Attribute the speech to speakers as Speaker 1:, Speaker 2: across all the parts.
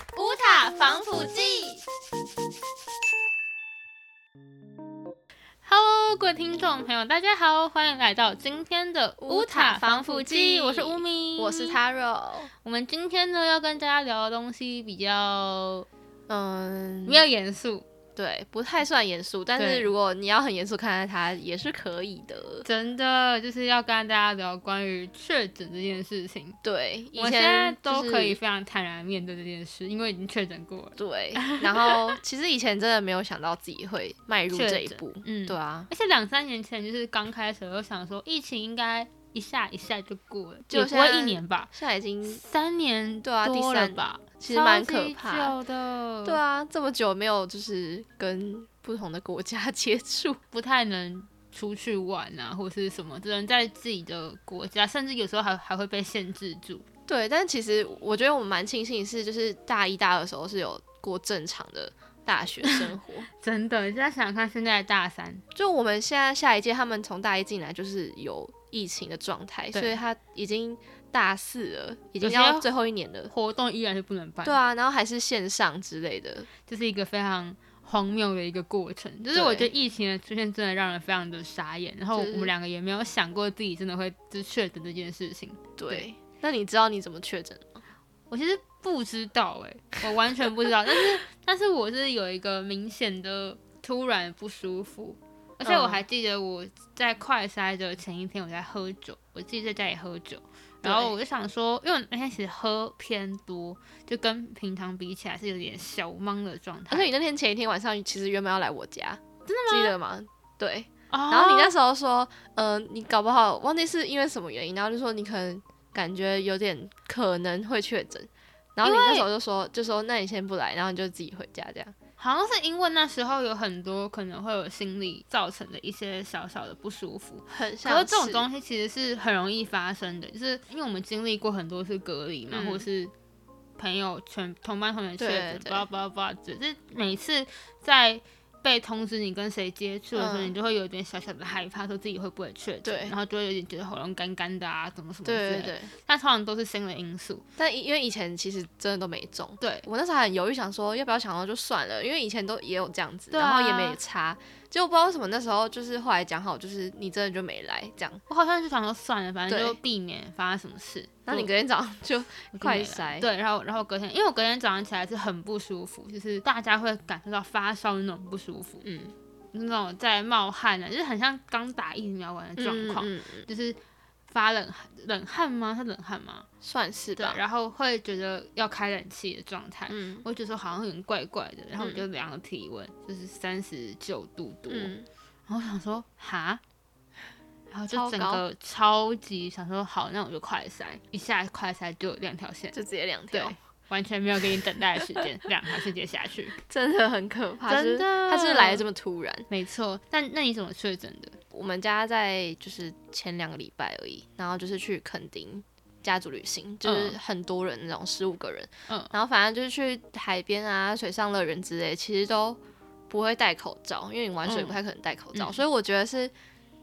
Speaker 1: 法防腐剂。Hello，各位听众朋友，大家好，欢迎来到今天的
Speaker 2: 乌塔防腐剂
Speaker 1: 我是乌米，
Speaker 2: 我是。Taro，
Speaker 1: 我们今天呢要跟大家聊的东西比较
Speaker 2: 嗯
Speaker 1: 比，较严肃，
Speaker 2: 对，不太算严肃，但
Speaker 1: 对
Speaker 2: 是如果你要很严肃看待它，也是可以的。
Speaker 1: 真的就是要跟大家聊关于确诊这件事情。
Speaker 2: 对，以
Speaker 1: 我现在
Speaker 2: 前
Speaker 1: 都
Speaker 2: 就是
Speaker 1: 可以。非常坦然面对这件事，因为已经确诊过了。
Speaker 2: 对，然后其实以前真的没有想到自己会迈入
Speaker 1: 确
Speaker 2: 这一
Speaker 1: 诊
Speaker 2: 步，
Speaker 1: 嗯
Speaker 2: 对啊，
Speaker 1: 而且两三年前就是刚开始，我就想说疫情应该一下一下就过了，
Speaker 2: 就
Speaker 1: 也不会
Speaker 2: 现在
Speaker 1: 一年吧，
Speaker 2: 现在已经
Speaker 1: 三年
Speaker 2: 对啊第
Speaker 1: 多了
Speaker 2: 三
Speaker 1: 吧，
Speaker 2: 其实蛮
Speaker 1: 超
Speaker 2: 可
Speaker 1: 级
Speaker 2: 怕
Speaker 1: 久的，
Speaker 2: 对，啊，这么久没有就是跟不同的国家 接触，
Speaker 1: 不太能出去玩啊，或是什么，只能在自己的国家，甚至有时候还还会被限制住。
Speaker 2: 对，但其实我觉得我们蛮庆幸是，就是大一、大二的时候是有过正常的大学生活。
Speaker 1: 真的，现在想想看，现在的大三，
Speaker 2: 就我们现在下一届，他们从大一进来就是有疫情的状态，
Speaker 1: 对
Speaker 2: 所以他已经大四了，已
Speaker 1: 有
Speaker 2: 经
Speaker 1: 些
Speaker 2: 要最后一年了。
Speaker 1: 活动依然是不能办，
Speaker 2: 对啊，然后还是线上之类的，
Speaker 1: 这是一个非常荒谬的一个过程。就是
Speaker 2: 对
Speaker 1: 我觉得疫情的出现真的让人非常的傻眼，然后我
Speaker 2: 就是
Speaker 1: 们两个也没有想过自己真的会就是确诊这件事情。
Speaker 2: 对。
Speaker 1: 对
Speaker 2: 那你知道你怎么确诊？
Speaker 1: 我其实不知道哎、我完全不知道，但是 但是我是有一个明显的突然不舒服，而且
Speaker 2: 嗯
Speaker 1: 我还记得我在快筛的前一天我在喝酒，我自己在家里喝酒，然后
Speaker 2: 对
Speaker 1: 我就想说，因为我那天其实喝偏多，就跟平常比起来是有点小懵的状态，
Speaker 2: 而且你那天前一天晚上其实原本要来我家，真的吗？记得吗？对。
Speaker 1: 哦
Speaker 2: 然后你那时候说，嗯、你搞不好忘记是因为什么原因，然后就说你可能感觉有点可能会确诊，然后你那时候就说就说那你先不来，然后你就自己回家这样。
Speaker 1: 好像是因为那时候有很多可能会有心理造成的一些小小的不舒服，
Speaker 2: 很像
Speaker 1: 可是这种东西其实是很容易发生的，就是因为我们经历过很多次隔离嘛，
Speaker 2: 嗯
Speaker 1: 或是朋友全同班同学确诊，
Speaker 2: 对
Speaker 1: 不
Speaker 2: 对
Speaker 1: 知道不知道不知道，只是每次在被通知你跟谁接触的时候，
Speaker 2: 嗯
Speaker 1: 你就会有一点小小的害怕，说自己会不会确诊
Speaker 2: 对，
Speaker 1: 然后就会有点觉得喉咙干干的啊，怎么什么之
Speaker 2: 对
Speaker 1: 类
Speaker 2: 对
Speaker 1: 的。
Speaker 2: 对，
Speaker 1: 但通常都是心理因素，
Speaker 2: 但因因为以前其实真的都没中，
Speaker 1: 对，
Speaker 2: 我那时候还很犹豫，想说要不要想到就算了，因为以前都也有这样子，
Speaker 1: 对啊
Speaker 2: 然后也没差。结果不知道为什么那时候就是后来讲好，就是你真的就没来这样，
Speaker 1: 我好像就想说算了，反正
Speaker 2: 对
Speaker 1: 就避免发生什么事。
Speaker 2: 然
Speaker 1: 就
Speaker 2: 后你隔天早上就快
Speaker 1: 塞，
Speaker 2: 筛
Speaker 1: 对，然后然后隔天，因为我隔天早上起来是很不舒服，就是大家会感受到发烧的那种不舒服，
Speaker 2: 嗯
Speaker 1: 那种在冒汗啊，就是很像刚打疫苗完的状
Speaker 2: 状
Speaker 1: 况，
Speaker 2: 况、嗯嗯
Speaker 1: 就是发冷汗冷汗吗？是冷汗吗？
Speaker 2: 算是
Speaker 1: 对啊
Speaker 2: 吧，，
Speaker 1: 然后会觉得要开冷气的状态，
Speaker 2: 嗯
Speaker 1: 我就说好像有点怪怪的，然后我
Speaker 2: 嗯
Speaker 1: 就量了体温，就是三十九度多，
Speaker 2: 嗯，
Speaker 1: 然后我想说哈。然后就
Speaker 2: 超
Speaker 1: 整
Speaker 2: 高
Speaker 1: 个超级想说好，那我就快筛，一下快筛就两条线，
Speaker 2: 就直接两条
Speaker 1: 对，，完全没有给你等待的时 间，两条线接下去。
Speaker 2: 真的很可怕，
Speaker 1: 真
Speaker 2: 就是
Speaker 1: 的
Speaker 2: 它就是来的这么突然。
Speaker 1: 没错，但那你怎么确诊的？
Speaker 2: 我们家在就是前两个礼拜而已，然后就是去垦丁家族旅行，就是很多人那种十五个人，
Speaker 1: 嗯
Speaker 2: 然后反正就是去海边啊、水上乐园之类，其实都不会戴口罩，因为你玩水
Speaker 1: 嗯
Speaker 2: 不太可能戴口罩，
Speaker 1: 嗯
Speaker 2: 所以我觉得是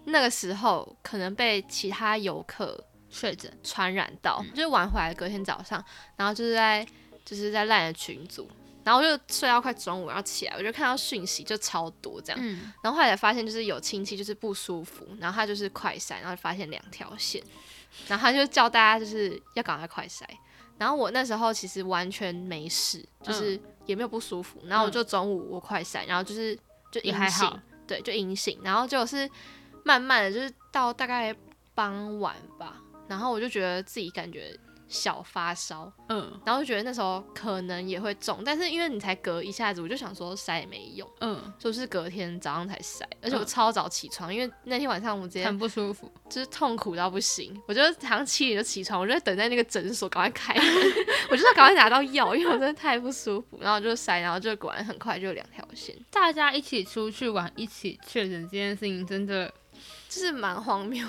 Speaker 2: 那个时候可能被其他游客
Speaker 1: 确诊，
Speaker 2: 传染到，
Speaker 1: 嗯
Speaker 2: 就是玩回来隔天早上，然后就是在就是在烂的群组。然后我就睡到快中午，然后起来我就看到讯息就超多这样，
Speaker 1: 嗯，
Speaker 2: 然后后来才发现，就是有亲戚就是不舒服，然后他就是快筛，然后发现两条线，然后他就叫大家就是要赶快快筛。然后我那时候其实完全没事，
Speaker 1: 嗯
Speaker 2: 就是也没有不舒服。然后我就中午我快筛，然后就是就
Speaker 1: 也
Speaker 2: 阴
Speaker 1: 还好
Speaker 2: 性，对，就阴性。然后就是慢慢的，就是到大概傍晚吧，然后我就觉得自己感觉小发烧，
Speaker 1: 嗯
Speaker 2: 然后就觉得那时候可能也会中，但是因为你才隔一下子，我就想说筛也没用。
Speaker 1: 嗯，
Speaker 2: 就是隔天早上才晒，而且我超早起床，因为那天晚上我直接
Speaker 1: 很不舒服，
Speaker 2: 就是痛苦到不行，我就好像七点就起床，我就在等在那个诊所赶快 开门，我就是要赶快拿到药，因为我真的太不舒服，然后我就晒，然后就果然很快就有两条线，
Speaker 1: 大家一起出去玩，一起确诊这件事情真的，
Speaker 2: 就是蛮荒谬，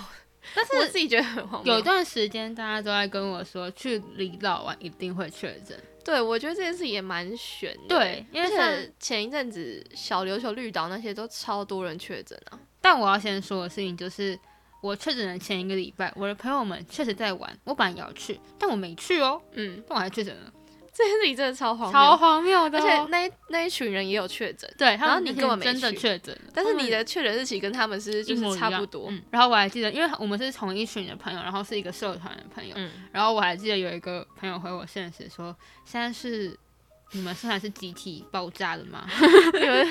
Speaker 1: 但
Speaker 2: 我
Speaker 1: 是
Speaker 2: 自己觉得很荒
Speaker 1: 有
Speaker 2: 谬。
Speaker 1: 段时间大家都在跟我说，去离岛玩一定会确诊，
Speaker 2: 对，我觉得这件事也蛮悬的，
Speaker 1: 对
Speaker 2: 欸
Speaker 1: 因为
Speaker 2: 而
Speaker 1: 像
Speaker 2: 且前一阵子小琉球、绿岛那些都超多人确诊啊，
Speaker 1: 但我要先说的事情就是，我确诊的前一个礼拜，我的朋友们确实在玩，我本来也要去，但我没去哦，
Speaker 2: 嗯，
Speaker 1: 但我还确诊了。
Speaker 2: 这件事情真的超荒谬，
Speaker 1: 超荒谬的
Speaker 2: 而
Speaker 1: 哦、
Speaker 2: 且那一那一群人也有确诊，
Speaker 1: 对，他
Speaker 2: 然后
Speaker 1: 们
Speaker 2: 你
Speaker 1: 那
Speaker 2: 根本
Speaker 1: 天真
Speaker 2: 没
Speaker 1: 的
Speaker 2: 去
Speaker 1: 确诊了，
Speaker 2: 但是
Speaker 1: 他们
Speaker 2: 你的确诊日期跟他们是就
Speaker 1: 一模
Speaker 2: 是
Speaker 1: 一
Speaker 2: 差
Speaker 1: 样
Speaker 2: 不多，
Speaker 1: 嗯，然后我还记得，因为我们是同一群的朋友，然后是一个社团的朋友，
Speaker 2: 嗯，
Speaker 1: 然后我还记得有一个朋友回我现实说，现在是你们社团是集体爆炸的吗？
Speaker 2: 你们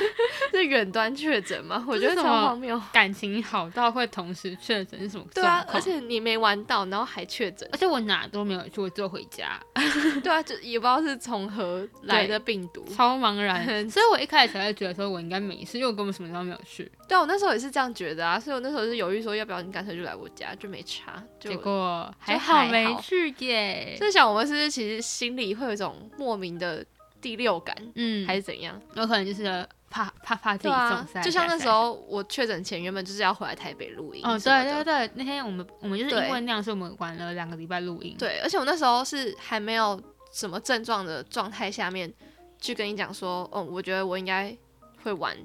Speaker 2: 是远端确诊 吗？我
Speaker 1: 这
Speaker 2: 觉
Speaker 1: 是
Speaker 2: 得
Speaker 1: 什
Speaker 2: 超
Speaker 1: 么
Speaker 2: 荒谬。
Speaker 1: 感情好到会同时确诊是什么
Speaker 2: 对啊
Speaker 1: 状，况
Speaker 2: 而且你没玩到，然后还确诊，
Speaker 1: 而且我哪都没有去，我只有回家，
Speaker 2: 对啊，就也不知道是从何来的病毒。
Speaker 1: 超茫 然。所以我一开始才会觉得说我应该没事，因为我根本什么地方没有去。
Speaker 2: 对啊，我那时候也是这样觉得啊，所以我那时候是犹豫说要不要你干脆就来我家，就没查。就
Speaker 1: 结果还
Speaker 2: 还
Speaker 1: 好
Speaker 2: 好
Speaker 1: 没去耶。
Speaker 2: 在想我们是不是其实心里会有一种莫名的第六感，
Speaker 1: 嗯，
Speaker 2: 还
Speaker 1: 还
Speaker 2: 是怎样？
Speaker 1: 有可能就是怕怕怕自己
Speaker 2: 对
Speaker 1: 中
Speaker 2: 啊
Speaker 1: 塞、，
Speaker 2: 就像那时
Speaker 1: 塞。
Speaker 2: 候我确诊前原本就是要回来台北录音
Speaker 1: 哦，
Speaker 2: 什么
Speaker 1: 对
Speaker 2: 的，
Speaker 1: 对对，那天我们我们就是
Speaker 2: 对
Speaker 1: 因为那样，所以我们玩了两个礼拜录音。
Speaker 2: 对，而且我那时候是还没有什么症状的状态下面，去跟你讲说，哦，我觉得我应该会晚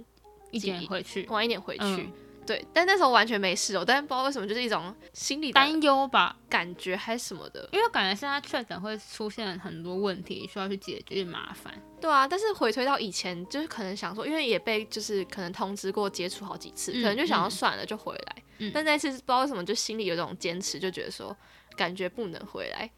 Speaker 1: 一点回去，
Speaker 2: 晚一点回去。
Speaker 1: 嗯
Speaker 2: 对，但那时候完全没事哦，但不知道为什么就是一种心理的
Speaker 1: 担忧吧，
Speaker 2: 感觉还是什么的。
Speaker 1: 因为感觉现在确诊会出现很多问题，需要去解决，有点麻烦。
Speaker 2: 对啊，但是回推到以前，就是可能想说，因为也被就是可能通知过接触好几次，
Speaker 1: 嗯
Speaker 2: 可能就想要
Speaker 1: 嗯
Speaker 2: 算了就回来。
Speaker 1: 嗯
Speaker 2: 但那一次不知道为什么就心里有一种坚持，就觉得说感觉不能回来，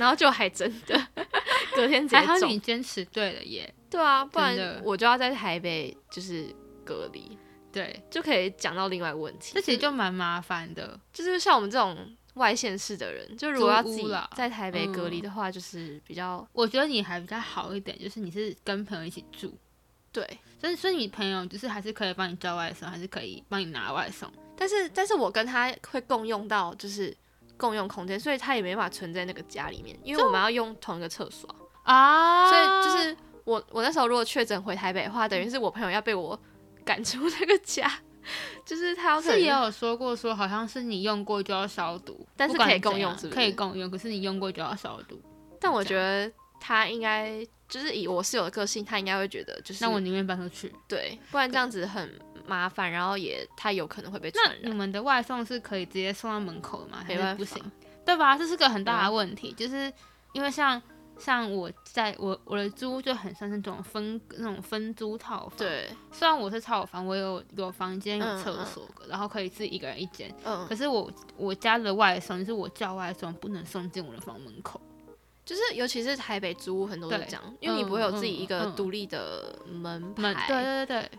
Speaker 2: 然后就还真的 隔天直接
Speaker 1: 还好
Speaker 2: 中
Speaker 1: 你坚持对了耶，
Speaker 2: 对啊，不
Speaker 1: 真的
Speaker 2: 然我就要在台北就是隔离，
Speaker 1: 对，
Speaker 2: 就可以讲到另外一个问题。
Speaker 1: 这其实就蛮麻烦的。
Speaker 2: 就是像我们这种外县市的人，就如果要自
Speaker 1: 租屋
Speaker 2: 己
Speaker 1: 啦嗯
Speaker 2: 在台北隔离的话，就是比较
Speaker 1: 我觉得你还比较好一点，就是你是跟朋友一起住，
Speaker 2: 对。
Speaker 1: 所以所以你朋友就是还是可以帮你叫外送，还是可以帮你拿外送。
Speaker 2: 但是，但是我跟他会共用到就是共用空间，所以他也没办法存在那个家里面，因为我们要用同一个厕所啊，
Speaker 1: 啊
Speaker 2: 所以就是我我那时候如果确诊回台北的话，等于是我朋友要被我赶出 那个家，就是他要可
Speaker 1: 是也哦
Speaker 2: 能
Speaker 1: 有说过说，好像是你用过就要消毒，
Speaker 2: 但是
Speaker 1: 不管
Speaker 2: 可以
Speaker 1: 怎
Speaker 2: 共用
Speaker 1: 样
Speaker 2: 是不
Speaker 1: 可以
Speaker 2: 是
Speaker 1: 共用，可是你用过就要消毒。
Speaker 2: 但我觉得他应该就是以我室友的个性，他应该会觉得就是
Speaker 1: 那我宁愿搬出去。
Speaker 2: 对，不然这样子很麻烦，然后也他有可能会被
Speaker 1: 那
Speaker 2: 传
Speaker 1: 你
Speaker 2: 染。
Speaker 1: 们的外送是可以直接送到门口的吗？还
Speaker 2: 没
Speaker 1: 是
Speaker 2: 办
Speaker 1: 不
Speaker 2: 法啊
Speaker 1: 行，对吧？这是个很大的问题，就是因为像像我在我我的租就很像那种分那种分租套房。，
Speaker 2: 对，
Speaker 1: 虽然我是套房，我有有房间有
Speaker 2: 嗯
Speaker 1: 厕
Speaker 2: 嗯
Speaker 1: 所，然后可以自己一个人一间。
Speaker 2: 嗯
Speaker 1: 可，是我我家的外送就是我叫外送，不能送进我的房门口。
Speaker 2: 就是尤其是台北租屋很多是
Speaker 1: 对
Speaker 2: 这样，因为你不会有自己一个
Speaker 1: 嗯嗯嗯
Speaker 2: 独立的门牌，
Speaker 1: 门对对对对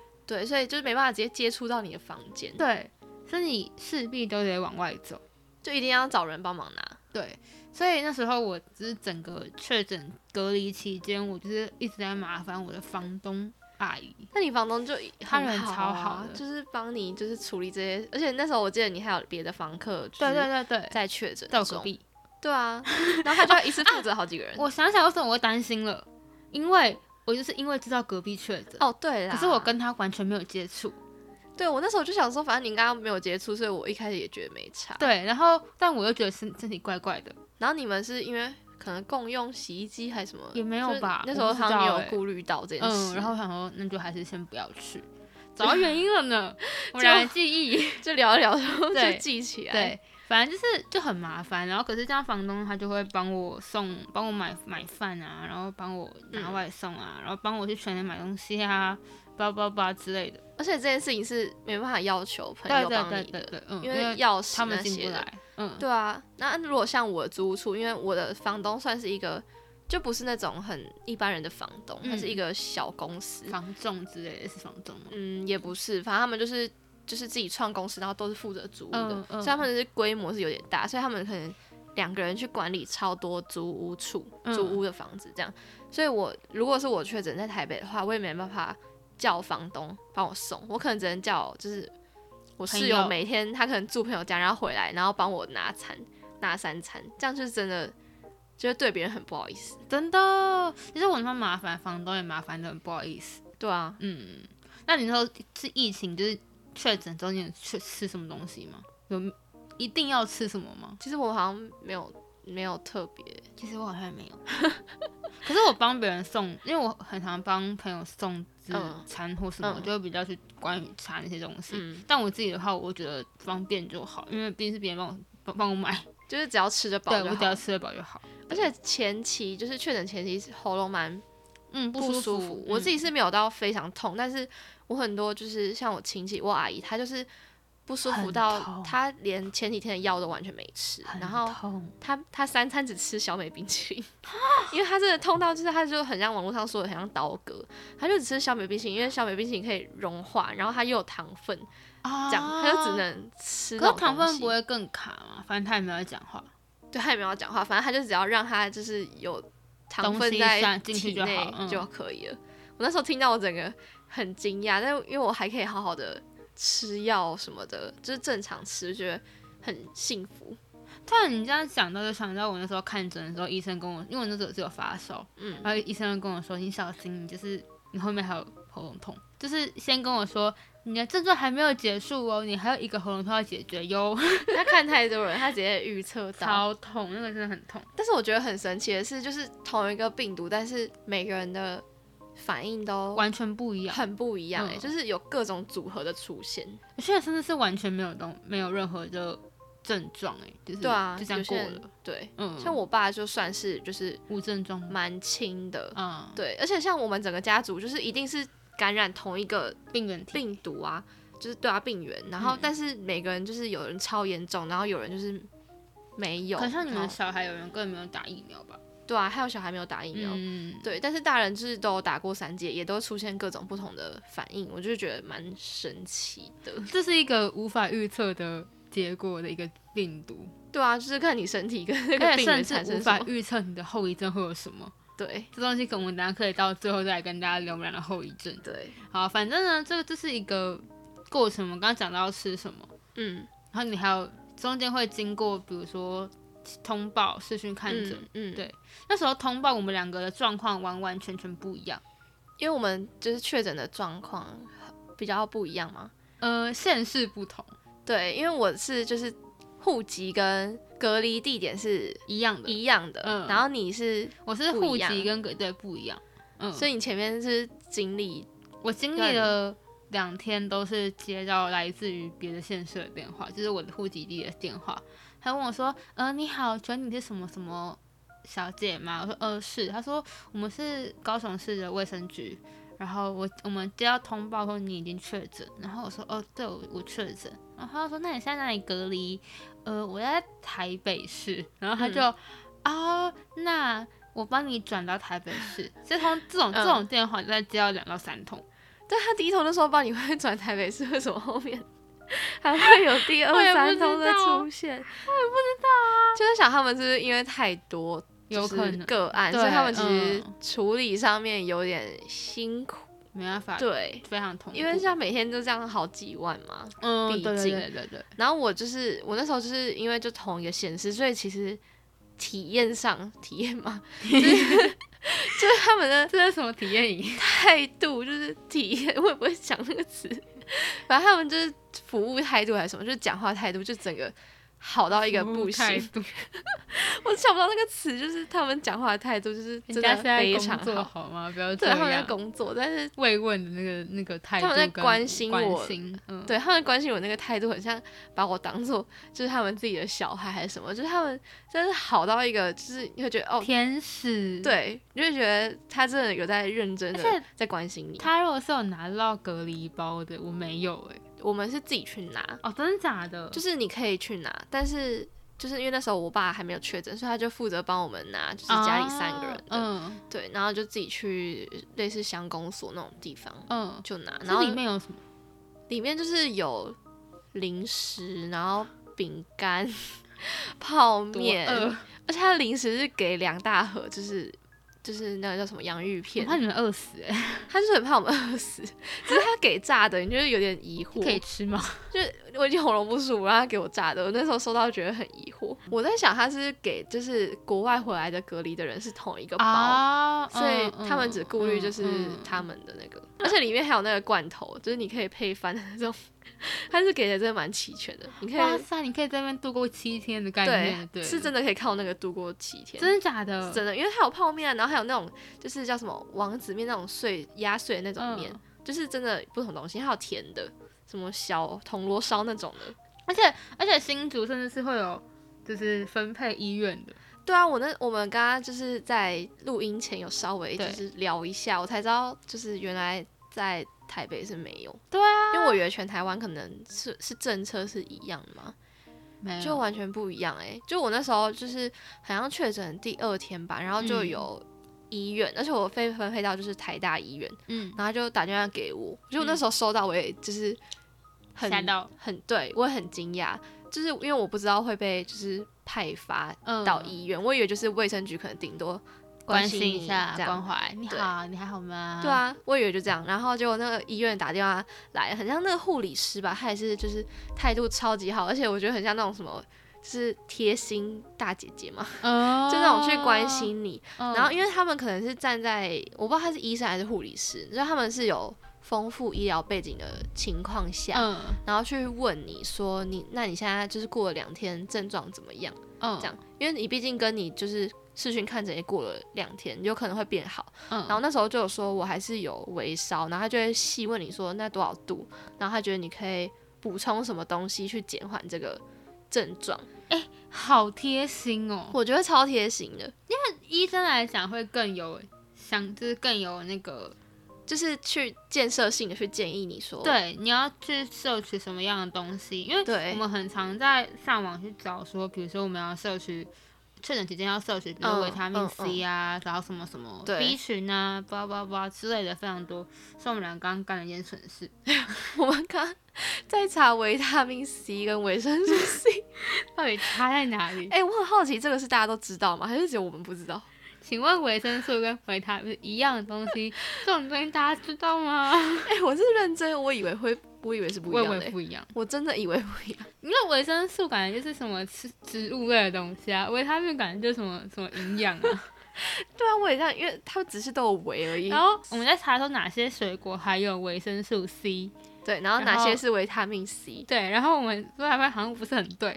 Speaker 2: 对所以就是没办法直接接触到你的房间，
Speaker 1: 对，所以你势必都得往外走。
Speaker 2: 就一定要找人帮忙拿。
Speaker 1: 对，所以那时候我就是整个确诊隔离期间，我就是一直在麻烦我的房东阿姨。
Speaker 2: 那你房东就很
Speaker 1: 他人
Speaker 2: 好
Speaker 1: 超
Speaker 2: 啊
Speaker 1: 好的
Speaker 2: 就是帮你就是处理这些，而且那时候我记得你还有别的房客，
Speaker 1: 对对，对对，
Speaker 2: 在确诊
Speaker 1: 在我隔
Speaker 2: 中，
Speaker 1: 壁。
Speaker 2: 对 啊，然后他就要一次负责好几个人。
Speaker 1: 我想想为什么我会担心了，因为我就是因为知道隔壁确诊，
Speaker 2: 哦，对啦，
Speaker 1: 可是我跟他完全没有接触。
Speaker 2: 对我那时候就想说，反正你刚刚没有接触，所以我一开始也觉得没差。
Speaker 1: 对，然后但我又觉得身身体怪怪的，
Speaker 2: 然后你们是因为可能共用洗衣机还是什么？
Speaker 1: 也没有
Speaker 2: 就是
Speaker 1: 吧
Speaker 2: 那
Speaker 1: 我
Speaker 2: 时候
Speaker 1: 不知
Speaker 2: 他们
Speaker 1: 道欸
Speaker 2: 有顾虑到这件事，
Speaker 1: 嗯，然后我想说那就还是先不要 去，找到原因了呢， 我
Speaker 2: 就
Speaker 1: 然的记忆。
Speaker 2: 就聊一聊，然后就
Speaker 1: 对
Speaker 2: 记起来。
Speaker 1: 对，反正就是就很麻烦。然后可是这样，房东他就会帮我送，帮我买买饭啊，然后帮我拿
Speaker 2: 嗯
Speaker 1: 外送啊，然后帮我去全联买东西啊，叭叭叭之类的。
Speaker 2: 而且这件事情是没办法要求朋
Speaker 1: 对
Speaker 2: 友
Speaker 1: 对
Speaker 2: 帮
Speaker 1: 对
Speaker 2: 你
Speaker 1: 对
Speaker 2: 的，
Speaker 1: 对，嗯，
Speaker 2: 因
Speaker 1: 因
Speaker 2: 为钥匙
Speaker 1: 他们
Speaker 2: 那
Speaker 1: 进不
Speaker 2: 些的。
Speaker 1: 来，嗯，
Speaker 2: 对啊，那如果像我的租屋处，因为我的房东算是一个，就不是那种很一般人的房东，他是
Speaker 1: 嗯
Speaker 2: 一个小公司，
Speaker 1: 房仲之类的是房仲吗？
Speaker 2: 嗯，也不是，反正他们就是就是自己创公司，然后都是负责租屋的，
Speaker 1: 嗯嗯
Speaker 2: 所以他们是规模是有点大，所以他们可能两个人去管理超多租屋处、
Speaker 1: 嗯
Speaker 2: 租屋的房子这样。所以我如果是我确诊在台北的话，我也没办法叫房东帮我送，我可能只能叫就是我室
Speaker 1: 朋
Speaker 2: 友
Speaker 1: 友
Speaker 2: 每天他可能住朋友家，然后回来然后帮我拿餐拿三餐，这样就是真的。就是对别人很不好意思，
Speaker 1: 真的，其实我那么麻烦，房东也麻烦的很不好意思。
Speaker 2: 对啊，
Speaker 1: 嗯，那你说是疫情就是确诊之后，你有去吃什么东西吗？有一定要吃什么吗？
Speaker 2: 其实我好像没有没有特别，
Speaker 1: 其实我好像也没 有，可是我帮别人送，因为我很常帮朋友送之
Speaker 2: 嗯
Speaker 1: 餐或什么，
Speaker 2: 嗯
Speaker 1: 我就会比较去关于茶那些东西。
Speaker 2: 嗯，
Speaker 1: 但我自己的话，我觉得方便就好，因为毕竟是别人帮我帮帮我买。
Speaker 2: 就是只要吃得饱
Speaker 1: 对
Speaker 2: 就
Speaker 1: 我只要
Speaker 2: 好。
Speaker 1: 吃得饱就好。
Speaker 2: 而且前期就是确诊前期是喉咙蛮
Speaker 1: 嗯，
Speaker 2: 不
Speaker 1: 舒
Speaker 2: 舒服，我自己
Speaker 1: 嗯
Speaker 2: 是没有到非常痛，但是我很多就是像我亲戚、我阿姨，她就是不舒服
Speaker 1: 很
Speaker 2: 到
Speaker 1: 痛
Speaker 2: 她连前几天的药都完全没吃，然后
Speaker 1: 很痛啊
Speaker 2: 她她三餐只吃小美冰淇淋， 因为她真的痛到就是她就很像网络上说的很像刀割，她就只吃小美冰淇淋，因为小美冰淇淋可以融化，然后它又有糖分，这样她就只。
Speaker 1: 啊
Speaker 2: 能吃
Speaker 1: 可
Speaker 2: 那
Speaker 1: 是
Speaker 2: 种
Speaker 1: 糖
Speaker 2: 东
Speaker 1: 分
Speaker 2: 西
Speaker 1: 不会更卡吗？反正他也没有在讲话，
Speaker 2: 对他也没有讲话，反正他就只要让他就是有糖
Speaker 1: 东
Speaker 2: 分
Speaker 1: 西
Speaker 2: 在
Speaker 1: 算进去
Speaker 2: 体
Speaker 1: 就好
Speaker 2: 内
Speaker 1: 嗯
Speaker 2: 就可以了。我那时候听到我整个很惊讶，但因为我还可以好好的吃药什么的，就是正常吃，觉得很幸福。
Speaker 1: 但你这样讲到，就想到我那时候看诊的时候，医生跟我，因为我那时候只有发烧，
Speaker 2: 嗯
Speaker 1: 然后医生就跟我说：“你小心，你就是你后面还有喉咙痛，就是先跟我说你的症状还没有结束哦，你还有一个喉咙痛要解决哟，
Speaker 2: 他看太多人，他直接预测到。
Speaker 1: 超痛，那个真的很痛。
Speaker 2: 但是我觉得很神奇的是，就是同一个病毒，但是每个人的反应都
Speaker 1: 完全不一样，
Speaker 2: 很不一样、欸，
Speaker 1: 嗯
Speaker 2: 就是有各种组合的出现。
Speaker 1: 有些人甚至是完全没有东没有任何的症状，哎，就是
Speaker 2: 对啊，
Speaker 1: 就这样
Speaker 2: 有些
Speaker 1: 过
Speaker 2: 人
Speaker 1: 了，
Speaker 2: 对，
Speaker 1: 嗯，
Speaker 2: 像我爸就算是就是
Speaker 1: 无症状吗？
Speaker 2: 蛮轻的，
Speaker 1: 嗯，
Speaker 2: 对，而且像我们整个家族，就是一定是感染同一个
Speaker 1: 病原体，
Speaker 2: 病毒啊，就是对啊病源。然后，
Speaker 1: 嗯
Speaker 2: 但是每个人就是有人超严重，然后有人就是没有。
Speaker 1: 可能像你们
Speaker 2: 然
Speaker 1: 的
Speaker 2: 后
Speaker 1: 小孩有人根本没有打疫苗吧？
Speaker 2: 对啊，还有小孩没有打疫苗。
Speaker 1: 嗯，
Speaker 2: 对，但是大人就是都有打过三剂，也都出现各种不同的反应，我就觉得蛮神奇的。
Speaker 1: 这是一个无法预测的结果的一个病毒，
Speaker 2: 对啊，就是看你身体跟那个
Speaker 1: 而且
Speaker 2: 病
Speaker 1: 甚至
Speaker 2: 源产
Speaker 1: 无
Speaker 2: 生什
Speaker 1: 法
Speaker 2: 么。
Speaker 1: 预测你的后遗症会有什么。
Speaker 2: 对
Speaker 1: 这东西可能我们等下可以到最后再来跟大家聊我们俩的后遗症。
Speaker 2: 对，
Speaker 1: 好，反正呢，这个这是一个过程。我们刚刚讲到吃什么，
Speaker 2: 嗯，
Speaker 1: 然后你还有中间会经过，比如说通报、视讯看诊。
Speaker 2: 嗯，嗯
Speaker 1: 对那时候通报我们两个的状况完完全全不一样。
Speaker 2: 因为我们就是确诊的状况比较不一样嘛，
Speaker 1: 呃，县市不同，
Speaker 2: 对，因为我是就是户籍跟隔离地点是
Speaker 1: 一样的。
Speaker 2: 一样的，
Speaker 1: 嗯
Speaker 2: 然后你是，
Speaker 1: 我是
Speaker 2: 不
Speaker 1: 户
Speaker 2: 一样
Speaker 1: 籍跟隔对不一样。嗯，
Speaker 2: 所以你前面是经历，
Speaker 1: 我经历了两天都是接到来自于别的县市的电话，就是我的户籍地的电话，他问我说：“呃，你好，请问你是什么什么小姐吗？”我说：“呃，是。”他说：“我们是高雄市的卫生局。”然后我我们接到通报说你已经确诊，然后我说哦对我我确诊，然后他就说那你现在哪里隔离？呃我在台北市，然后他就、哦那我帮你转到台北市，这通这种这种电话大概接到两到三通，
Speaker 2: 但他第一通就说帮你会转台北市，为什么后面 还会有第二
Speaker 1: 我也不
Speaker 2: 三通的
Speaker 1: 知道
Speaker 2: 出现？我也不知道啊，就是想他们是不是因为太多
Speaker 1: 有可
Speaker 2: 就是
Speaker 1: 能
Speaker 2: 个案，
Speaker 1: 对
Speaker 2: 所以他们其实
Speaker 1: 嗯
Speaker 2: 处理上面有点辛苦，
Speaker 1: 没办法，
Speaker 2: 对。
Speaker 1: 非常同步，
Speaker 2: 因为像每天就这样好几万嘛，
Speaker 1: 嗯，
Speaker 2: 毕
Speaker 1: 对对
Speaker 2: 竟
Speaker 1: 对对对，
Speaker 2: 然后我就是我那时候就是因为就同一个县市，所以其实体验上体验 嘛，就是就是他们的
Speaker 1: 这是什么体验 营？
Speaker 2: 态度，就是体验，我也不会讲那个词，反正他们就是服务态度还是什么，就是讲话态度，就整个好到一个不
Speaker 1: 态
Speaker 2: 行，
Speaker 1: 度，
Speaker 2: 我想不到那个词，就是他们讲话的态度就是真
Speaker 1: 人家
Speaker 2: 的
Speaker 1: 是在
Speaker 2: 非常
Speaker 1: 工作
Speaker 2: 好，
Speaker 1: 好吗？不要这
Speaker 2: 对，他们在
Speaker 1: 样。
Speaker 2: 工作，但是
Speaker 1: 慰问的那个那个态度
Speaker 2: 他
Speaker 1: 跟，
Speaker 2: 们在关心
Speaker 1: 关
Speaker 2: 我
Speaker 1: 心嗯，
Speaker 2: 对他们关心我那个态度，很像把我当做就是他们自己的小孩还是什么，就是他们真是好到一个，就是你会觉得哦，
Speaker 1: 天使。，
Speaker 2: 对，你就会觉得他真的有在认真的
Speaker 1: 而且
Speaker 2: 在关心你。
Speaker 1: 他如果是有拿到隔离包的，我没有哎、
Speaker 2: 我们是自己去拿，
Speaker 1: 哦，真的假的？
Speaker 2: 就是你可以去拿，但是就是因为那时候我爸还没有确诊，所以他就负责帮我们拿，就是家里三个人的，
Speaker 1: 啊嗯
Speaker 2: 对，然后就自己去类似乡公所那种地方
Speaker 1: 嗯，
Speaker 2: 就拿，然
Speaker 1: 这
Speaker 2: 后
Speaker 1: 里面有什么？
Speaker 2: 里面就是有零食，然后饼 干、泡
Speaker 1: 多
Speaker 2: 面，
Speaker 1: 饿，
Speaker 2: 而且它的零食是给两大盒，就是就是那个叫什么洋芋
Speaker 1: 我
Speaker 2: 片，
Speaker 1: 怕你们饿死哎、
Speaker 2: 他就是很怕我们饿死， 只是他给炸的，你就是有点疑惑。
Speaker 1: 可以吃吗？
Speaker 2: 就是我已经喉咙不舒服，然后他给我炸的，我那时候收到觉得很疑惑。我在想他是给就是国外回来的隔离的人是同一个包。
Speaker 1: 啊嗯
Speaker 2: 所以他们只顾虑就是他们的那个，而且里面还有那个罐头，就是你可以配饭的那种， 他是给的真的蛮齐全的。你可
Speaker 1: 哇
Speaker 2: 以
Speaker 1: 塞，你可以在那边度过七天的概念，对，
Speaker 2: 对，是真的可以靠那个度过七天，
Speaker 1: 真的假的？
Speaker 2: 是真的，因为它有泡面啊，然后还有那种就是叫什么王子面那种碎压碎的那种面，
Speaker 1: 嗯
Speaker 2: 就是真的不同东西，还有甜的，什么小铜锣烧那种的，
Speaker 1: 而且而且新竹甚至是会有就是分配医院的。
Speaker 2: 对啊，我那我们刚刚就是在录音前有稍微就
Speaker 1: 对
Speaker 2: 是聊一下，我才知道就是原来在台北是没有，
Speaker 1: 对啊，
Speaker 2: 因为我以为全台湾可能是是政策是一样的嘛，
Speaker 1: 没
Speaker 2: 就
Speaker 1: 有，
Speaker 2: 完全不一样哎、就我那时候就是好像确诊第二天吧，然后就
Speaker 1: 嗯
Speaker 2: 有医院，而且我被分配到就是台大医院，
Speaker 1: 嗯，
Speaker 2: 然后就打电话给我，就我那
Speaker 1: 嗯
Speaker 2: 时候收到我也就是很
Speaker 1: 吓到，
Speaker 2: 很对我也很惊讶，就是因为我不知道会被就是派发
Speaker 1: 嗯，
Speaker 2: 到医院，我以为就是卫生局可能顶多
Speaker 1: 关
Speaker 2: 心
Speaker 1: 心一
Speaker 2: 你
Speaker 1: 下，
Speaker 2: 这
Speaker 1: 关
Speaker 2: 样。
Speaker 1: 怀，你
Speaker 2: 对
Speaker 1: 好，你还好吗？
Speaker 2: 对，啊，我以为就这样，然后结果那个医院打电话来，很像那个护理师吧，他也是就是态度超级好，而且我觉得很像那种什么，就是贴心大姐姐嘛，
Speaker 1: 嗯，
Speaker 2: 就那种去关心你。
Speaker 1: 嗯，
Speaker 2: 然后因为他们可能是站在，我不知道他是医生还是护理师，就是他们是有丰富医疗背景的情况下，
Speaker 1: 嗯
Speaker 2: 然后去问你说你，那你现在就是过了两天症状怎么样？
Speaker 1: 嗯
Speaker 2: 这样，因为你毕竟跟你就是视讯看诊也过了两天，有可能会变好。
Speaker 1: 嗯，
Speaker 2: 然后那时候就有说我还是有微烧，然后他就会细问你说那多少度，然后他觉得你可以补充什么东西去减缓这个症状，
Speaker 1: 哦好贴心哦。
Speaker 2: 我觉得超贴心的，
Speaker 1: 医生来讲会更有想，就是更有那个，
Speaker 2: 就是去建设性的去建议你说，
Speaker 1: 对，你要去摄取什么样的东西，因为我
Speaker 2: 对
Speaker 1: 们很常在上网去找说，比如说我们要摄取确诊期间要摄取，比如说
Speaker 2: 嗯
Speaker 1: 维他命
Speaker 2: 嗯
Speaker 1: C 啊，然后什么什么
Speaker 2: 对
Speaker 1: B 群啊，叭叭叭之类的，非常多，所以我们俩刚刚干了一件蠢事，
Speaker 2: 我们刚在查维他命 C 跟维生素 C，
Speaker 1: 到底差在哪里？
Speaker 2: 哎、我很好奇这个是大家都知道吗？还是只有我们不知道？
Speaker 1: 请问维生素跟维他命一样的东西，这种东西大家知道吗？
Speaker 2: 哎、我是认真，我以为会，我以为是不
Speaker 1: 我
Speaker 2: 一
Speaker 1: 以
Speaker 2: 样欸的、
Speaker 1: 为不一样。
Speaker 2: 我真的以为不一样。
Speaker 1: 因为维生素感觉就是什么吃植物类的东西啊，维他命感觉就是什么什么营养啊。
Speaker 2: 对啊，我也这样，因为它只是都有维而已。
Speaker 1: 然后我们在查说哪些水果含有维生素 C，
Speaker 2: 对，然后
Speaker 1: 然
Speaker 2: 哪
Speaker 1: 后
Speaker 2: 些是维他命 C，
Speaker 1: 对，然后我们说来发现好像不是很对，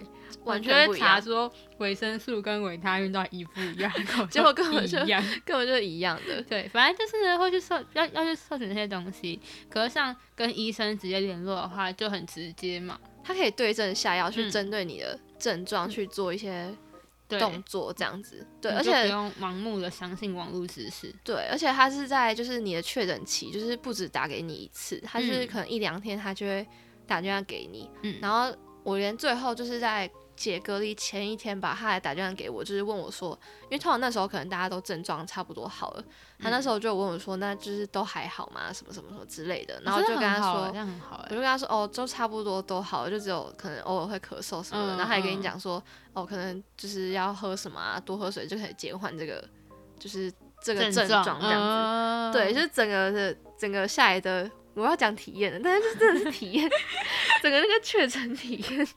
Speaker 1: 我
Speaker 2: 完全
Speaker 1: 们就
Speaker 2: 不
Speaker 1: 会
Speaker 2: 一
Speaker 1: 查
Speaker 2: 样，
Speaker 1: 说维生素跟维他命到底一不一样，
Speaker 2: 结果根本就
Speaker 1: 一样。
Speaker 2: 根本就是一样的。
Speaker 1: 对，反正就是呢会去摄要要去摄取那些东西，可是像跟医生直接联络的话就很直接嘛，
Speaker 2: 它可以对症下药，去
Speaker 1: 嗯
Speaker 2: 针对你的症状去做一些
Speaker 1: 对，
Speaker 2: 动作，这样子。对，
Speaker 1: 嗯你
Speaker 2: 而
Speaker 1: 就不
Speaker 2: 且
Speaker 1: 用盲目的相信网络知识，
Speaker 2: 对，而且它是在就是你的确诊期，就是不止打给你一次，它就是
Speaker 1: 嗯
Speaker 2: 可能一两天它就会打电话给你。
Speaker 1: 嗯
Speaker 2: 然后我连最后就是在解隔离前一天吧，他还打电话给我，就是问我说，因为通常那时候可能大家都症状差不多好了，他那时
Speaker 1: 嗯
Speaker 2: 候就问我说，那就是都还好吗？什么什么什么之类的。然后
Speaker 1: 哦
Speaker 2: 就
Speaker 1: 真
Speaker 2: 跟
Speaker 1: 的很
Speaker 2: 他
Speaker 1: 好
Speaker 2: 说
Speaker 1: 欸这，样很好哎、
Speaker 2: 我就跟他说，哦，都差不多都好，就只有可能偶尔会咳嗽什么的。
Speaker 1: 嗯
Speaker 2: 然后他也跟
Speaker 1: 嗯
Speaker 2: 你讲说，哦，可能就是要喝什么啊，多喝水就可以减缓这个，就是这个症状这样子。
Speaker 1: 样
Speaker 2: 对，就是整个的整个下来的，我要讲体验的，但是这真的是体验， 整个那个确诊体验。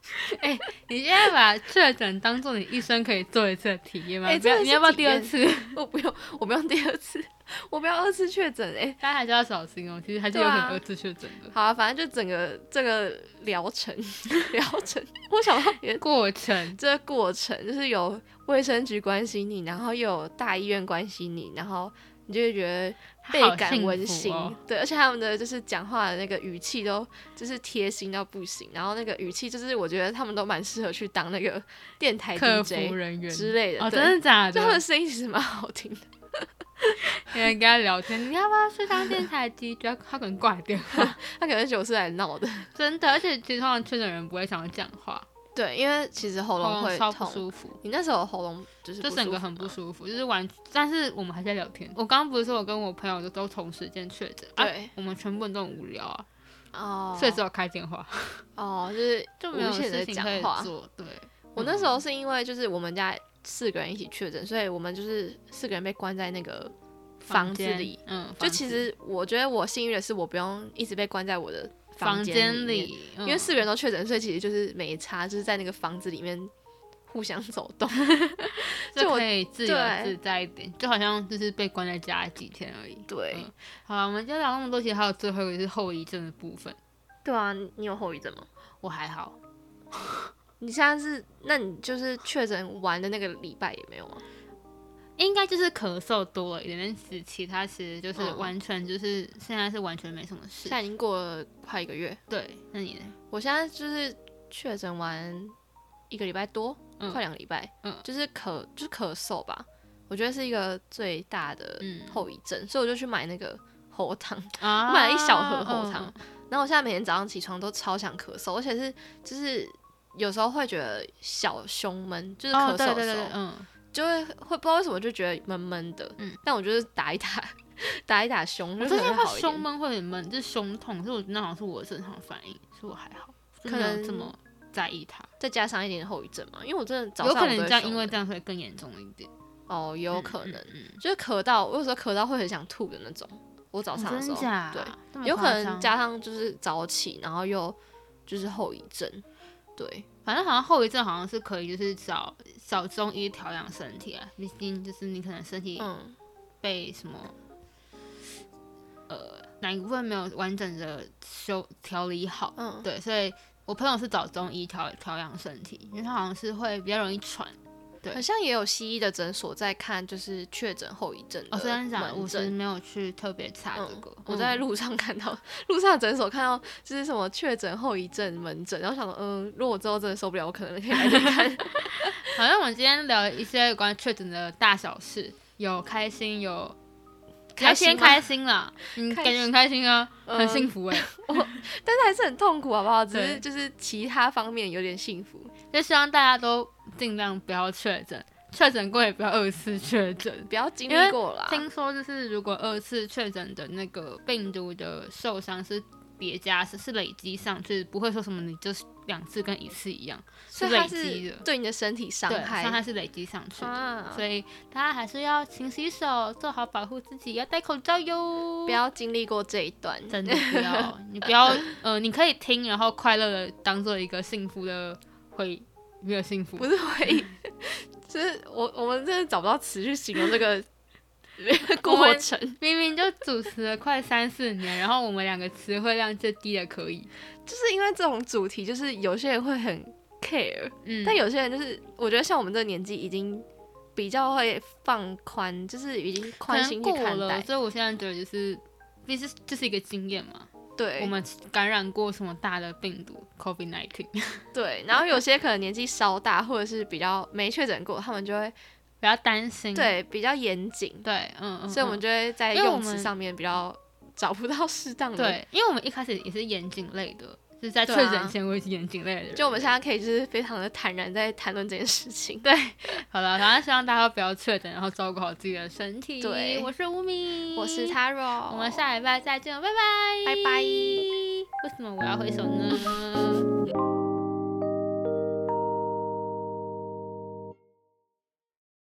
Speaker 1: 你现在把确诊当做你一生可以做一次的体验吗？
Speaker 2: 哎
Speaker 1: 不要，
Speaker 2: 真的是
Speaker 1: 你要不要第二次？
Speaker 2: 我不用，我不用第二次，我不要二次确诊哎、
Speaker 1: 大家还是要小心哦，其实还是有很多次确诊的、
Speaker 2: 好、啊，反正就整个这个疗程，疗程，我想到别的
Speaker 1: 过程。
Speaker 2: 这个过程，就是有卫生局关心你，然后又有大医院关心你，然后你就会觉得倍感温馨。
Speaker 1: 好幸福哦
Speaker 2: 对，而且他们的就是讲话的那个语气都就是贴心到不行，然后那个语气就是我觉得他们都蛮适合去当那个 电台
Speaker 1: 客服
Speaker 2: DJ
Speaker 1: 人员
Speaker 2: 之类的，
Speaker 1: 哦，
Speaker 2: 对，
Speaker 1: 真的假
Speaker 2: 就他们
Speaker 1: 的
Speaker 2: 的？声音其实蛮好听的。
Speaker 1: 有人跟他聊天，你要不要去当电台 DJ？他可能挂掉，
Speaker 2: 他可能觉得我是来闹的，
Speaker 1: 真的。而且其实通常确诊人不会想要讲话，
Speaker 2: 对，因为其实喉
Speaker 1: 喉
Speaker 2: 咙会
Speaker 1: 咙超不
Speaker 2: 痛。
Speaker 1: 舒服，
Speaker 2: 你那时候喉咙就是
Speaker 1: 就整个很不
Speaker 2: 舒
Speaker 1: 舒
Speaker 2: 服吗
Speaker 1: 服，就是完。但是我们还在聊天。我刚刚不是说我跟我朋友都都同时间确诊，啊
Speaker 2: 对
Speaker 1: 我们全部人都很无聊啊，
Speaker 2: 哦，
Speaker 1: 所以只有开电话，
Speaker 2: 哦，就是
Speaker 1: 就没有
Speaker 2: 无限
Speaker 1: 事
Speaker 2: 的
Speaker 1: 情
Speaker 2: 讲
Speaker 1: 可以
Speaker 2: 话。
Speaker 1: 做。对，
Speaker 2: 我
Speaker 1: 嗯
Speaker 2: 那时候是因为就是我们家四个人一起确诊，所以我们就是四个人被关在那个房子
Speaker 1: 间
Speaker 2: 里。，
Speaker 1: 嗯，
Speaker 2: 就
Speaker 1: 房
Speaker 2: 其
Speaker 1: 子
Speaker 2: 实我觉得我幸运的是，我不用一直被关在我的
Speaker 1: 房
Speaker 2: 间
Speaker 1: 间
Speaker 2: 里面，嗯
Speaker 1: 里，因
Speaker 2: 因为四个人都确诊，所以其实就是没差，就是在那个房子里面互相走动。 就
Speaker 1: 就
Speaker 2: 我
Speaker 1: 可以自由
Speaker 2: 对
Speaker 1: 自在一点，就好像就是被关在家几天而已。
Speaker 2: 对、
Speaker 1: 嗯好啊，我们就聊那么多，其实还有最后一个是后遗症的部分，
Speaker 2: 对啊，你你有后遗症吗？
Speaker 1: 我还好，
Speaker 2: 你现在是，那你就是确诊完的那个礼拜也没有吗？
Speaker 1: 应该就是咳嗽多了一点，但其其他其实就是
Speaker 2: 嗯
Speaker 1: 完全就是、现在是完全没什么事
Speaker 2: 现。在已经过了快一个月，
Speaker 1: 对，那你呢？
Speaker 2: 我现在就是确诊完一个礼拜多，
Speaker 1: 嗯
Speaker 2: 快两个礼拜，
Speaker 1: 嗯
Speaker 2: 就是咳就是咳嗽吧，我觉得是一个最大的
Speaker 1: 嗯
Speaker 2: 后遗症，所以我就去买那个喉糖，
Speaker 1: 啊
Speaker 2: 我买了一小盒喉糖，
Speaker 1: 嗯
Speaker 2: 然后我现在每天早上起床都超想咳嗽，而且是就是有时候会觉得小胸闷，就是
Speaker 1: 哦，
Speaker 2: 咳嗽的时
Speaker 1: 对
Speaker 2: 候，
Speaker 1: 对对对，嗯，
Speaker 2: 就会会不知道为什么就觉得闷闷的，
Speaker 1: 嗯
Speaker 2: 但我就是打一打 打一打胸，
Speaker 1: 我
Speaker 2: 就
Speaker 1: 最
Speaker 2: 可
Speaker 1: 近
Speaker 2: 能
Speaker 1: 会
Speaker 2: 会好一
Speaker 1: 胸
Speaker 2: 点。
Speaker 1: 闷会很闷，就是胸痛，所以我那好像是我的正常反应，所以我还好，就
Speaker 2: 可
Speaker 1: 没有
Speaker 2: 能
Speaker 1: 这么在意它。
Speaker 2: 再加上一点后遗症嘛，因为我真的早
Speaker 1: 有
Speaker 2: 上
Speaker 1: 可
Speaker 2: 我
Speaker 1: 能
Speaker 2: 都
Speaker 1: 这
Speaker 2: 会
Speaker 1: 样，
Speaker 2: 胸
Speaker 1: 因为
Speaker 2: 闷
Speaker 1: 这样会更严重一点。
Speaker 2: 哦，也有可
Speaker 1: 嗯
Speaker 2: 能、
Speaker 1: 嗯嗯
Speaker 2: 就是咳到，我有时候咳到会很想吐的那种。我早上的时
Speaker 1: 哦真
Speaker 2: 候，
Speaker 1: 假？
Speaker 2: 对，
Speaker 1: 这么
Speaker 2: 有可
Speaker 1: 夸
Speaker 2: 能
Speaker 1: 张
Speaker 2: 加上就是早起，然后又就是后遗症，对，
Speaker 1: 反正好像后遗症好像是可以，就是找找中医调养身体啊。毕竟就是你可能身体
Speaker 2: 嗯，
Speaker 1: 被什么，呃，哪一部分没有完整的修调理好，
Speaker 2: 嗯
Speaker 1: 对，所以我朋友是找中医调调养身体，因为他好像是会比较容易喘。对
Speaker 2: 好像也有西医的诊所在看，就是确诊后遗症
Speaker 1: 哦，虽然讲我
Speaker 2: 门
Speaker 1: 是
Speaker 2: 诊。
Speaker 1: 没有去特别查这
Speaker 2: 嗯
Speaker 1: 个，
Speaker 2: 我在
Speaker 1: 嗯
Speaker 2: 路上看到， 路上的诊所看到就是什么确诊后遗症门诊，然后想说，嗯，如果我之后真的受不了，我可能可以来这 里看。
Speaker 1: 好像我们今天聊一些有关确诊的大小事，有开心，有
Speaker 2: 开
Speaker 1: 要先
Speaker 2: 心吗
Speaker 1: 开心 啦，嗯，
Speaker 2: 开
Speaker 1: 感觉很开心啊，很
Speaker 2: 嗯
Speaker 1: 幸福哎、
Speaker 2: 但是还是很痛苦，好啊不好？只
Speaker 1: 对
Speaker 2: 是就是其他方面有点幸福，
Speaker 1: 就希望大家都尽量不要确诊，确诊过也不要二次确诊。
Speaker 2: 不要经
Speaker 1: 因为
Speaker 2: 历过啦。
Speaker 1: 听说就是如果二次确诊的那个病毒的受伤是叠加，是是累积上去，不会说什么你就是两次跟一次一样，
Speaker 2: 所以
Speaker 1: 累
Speaker 2: 它
Speaker 1: 积
Speaker 2: 是
Speaker 1: 的。
Speaker 2: 对你的身体伤
Speaker 1: 对，
Speaker 2: 害，
Speaker 1: 伤害是累积上去的，
Speaker 2: 啊
Speaker 1: 所以大家还是要勤洗手，做好保护自己，要戴口罩哟。
Speaker 2: 不要经历过这一段。
Speaker 1: 真的不要，你不 要，呃，你可以听，然后快乐的当做一个幸福的回，没有幸福
Speaker 2: 不，是回忆， 就是我我们真的找不到词去形容 这个过程。
Speaker 1: 明明就主持了快三四年，然后我们两个词汇量最低的可以，
Speaker 2: 就是因为这种主题，就是有些人会很 care，、
Speaker 1: 嗯，
Speaker 2: 但有些人就是我觉得像我们这个年纪已经比较会放宽，就是已经
Speaker 1: 可
Speaker 2: 宽
Speaker 1: 能
Speaker 2: 心去
Speaker 1: 过
Speaker 2: 看
Speaker 1: 了，
Speaker 2: 待。
Speaker 1: 所以我现在觉得就是，毕竟就是一个经验嘛，我
Speaker 2: 对
Speaker 1: 们感染过什么大的病毒 COVID nineteen，
Speaker 2: 对，然后有些可能年纪稍大，或者是比较没确诊过，他们就会
Speaker 1: 不要担心，
Speaker 2: 对比较严谨，
Speaker 1: 对，嗯嗯，
Speaker 2: 所以我们
Speaker 1: 就
Speaker 2: 就会在
Speaker 1: 因为我
Speaker 2: 用
Speaker 1: 们
Speaker 2: 词上面比较找不到适当的。，
Speaker 1: 对，因为我们一开始也是严谨类的，就是在确
Speaker 2: 嗯对啊
Speaker 1: 诊前我也是严谨类的人，
Speaker 2: 就我们现在可以就是非常的坦然在谈论这件事情。
Speaker 1: 对，好了，反正希望大家不要确诊，然后照顾好自己的身体。
Speaker 2: 对
Speaker 1: 我是吴敏，
Speaker 2: 我是 Taro，
Speaker 1: 我们下礼拜再见，拜拜，
Speaker 2: 拜拜
Speaker 1: 为什么我要挥手呢？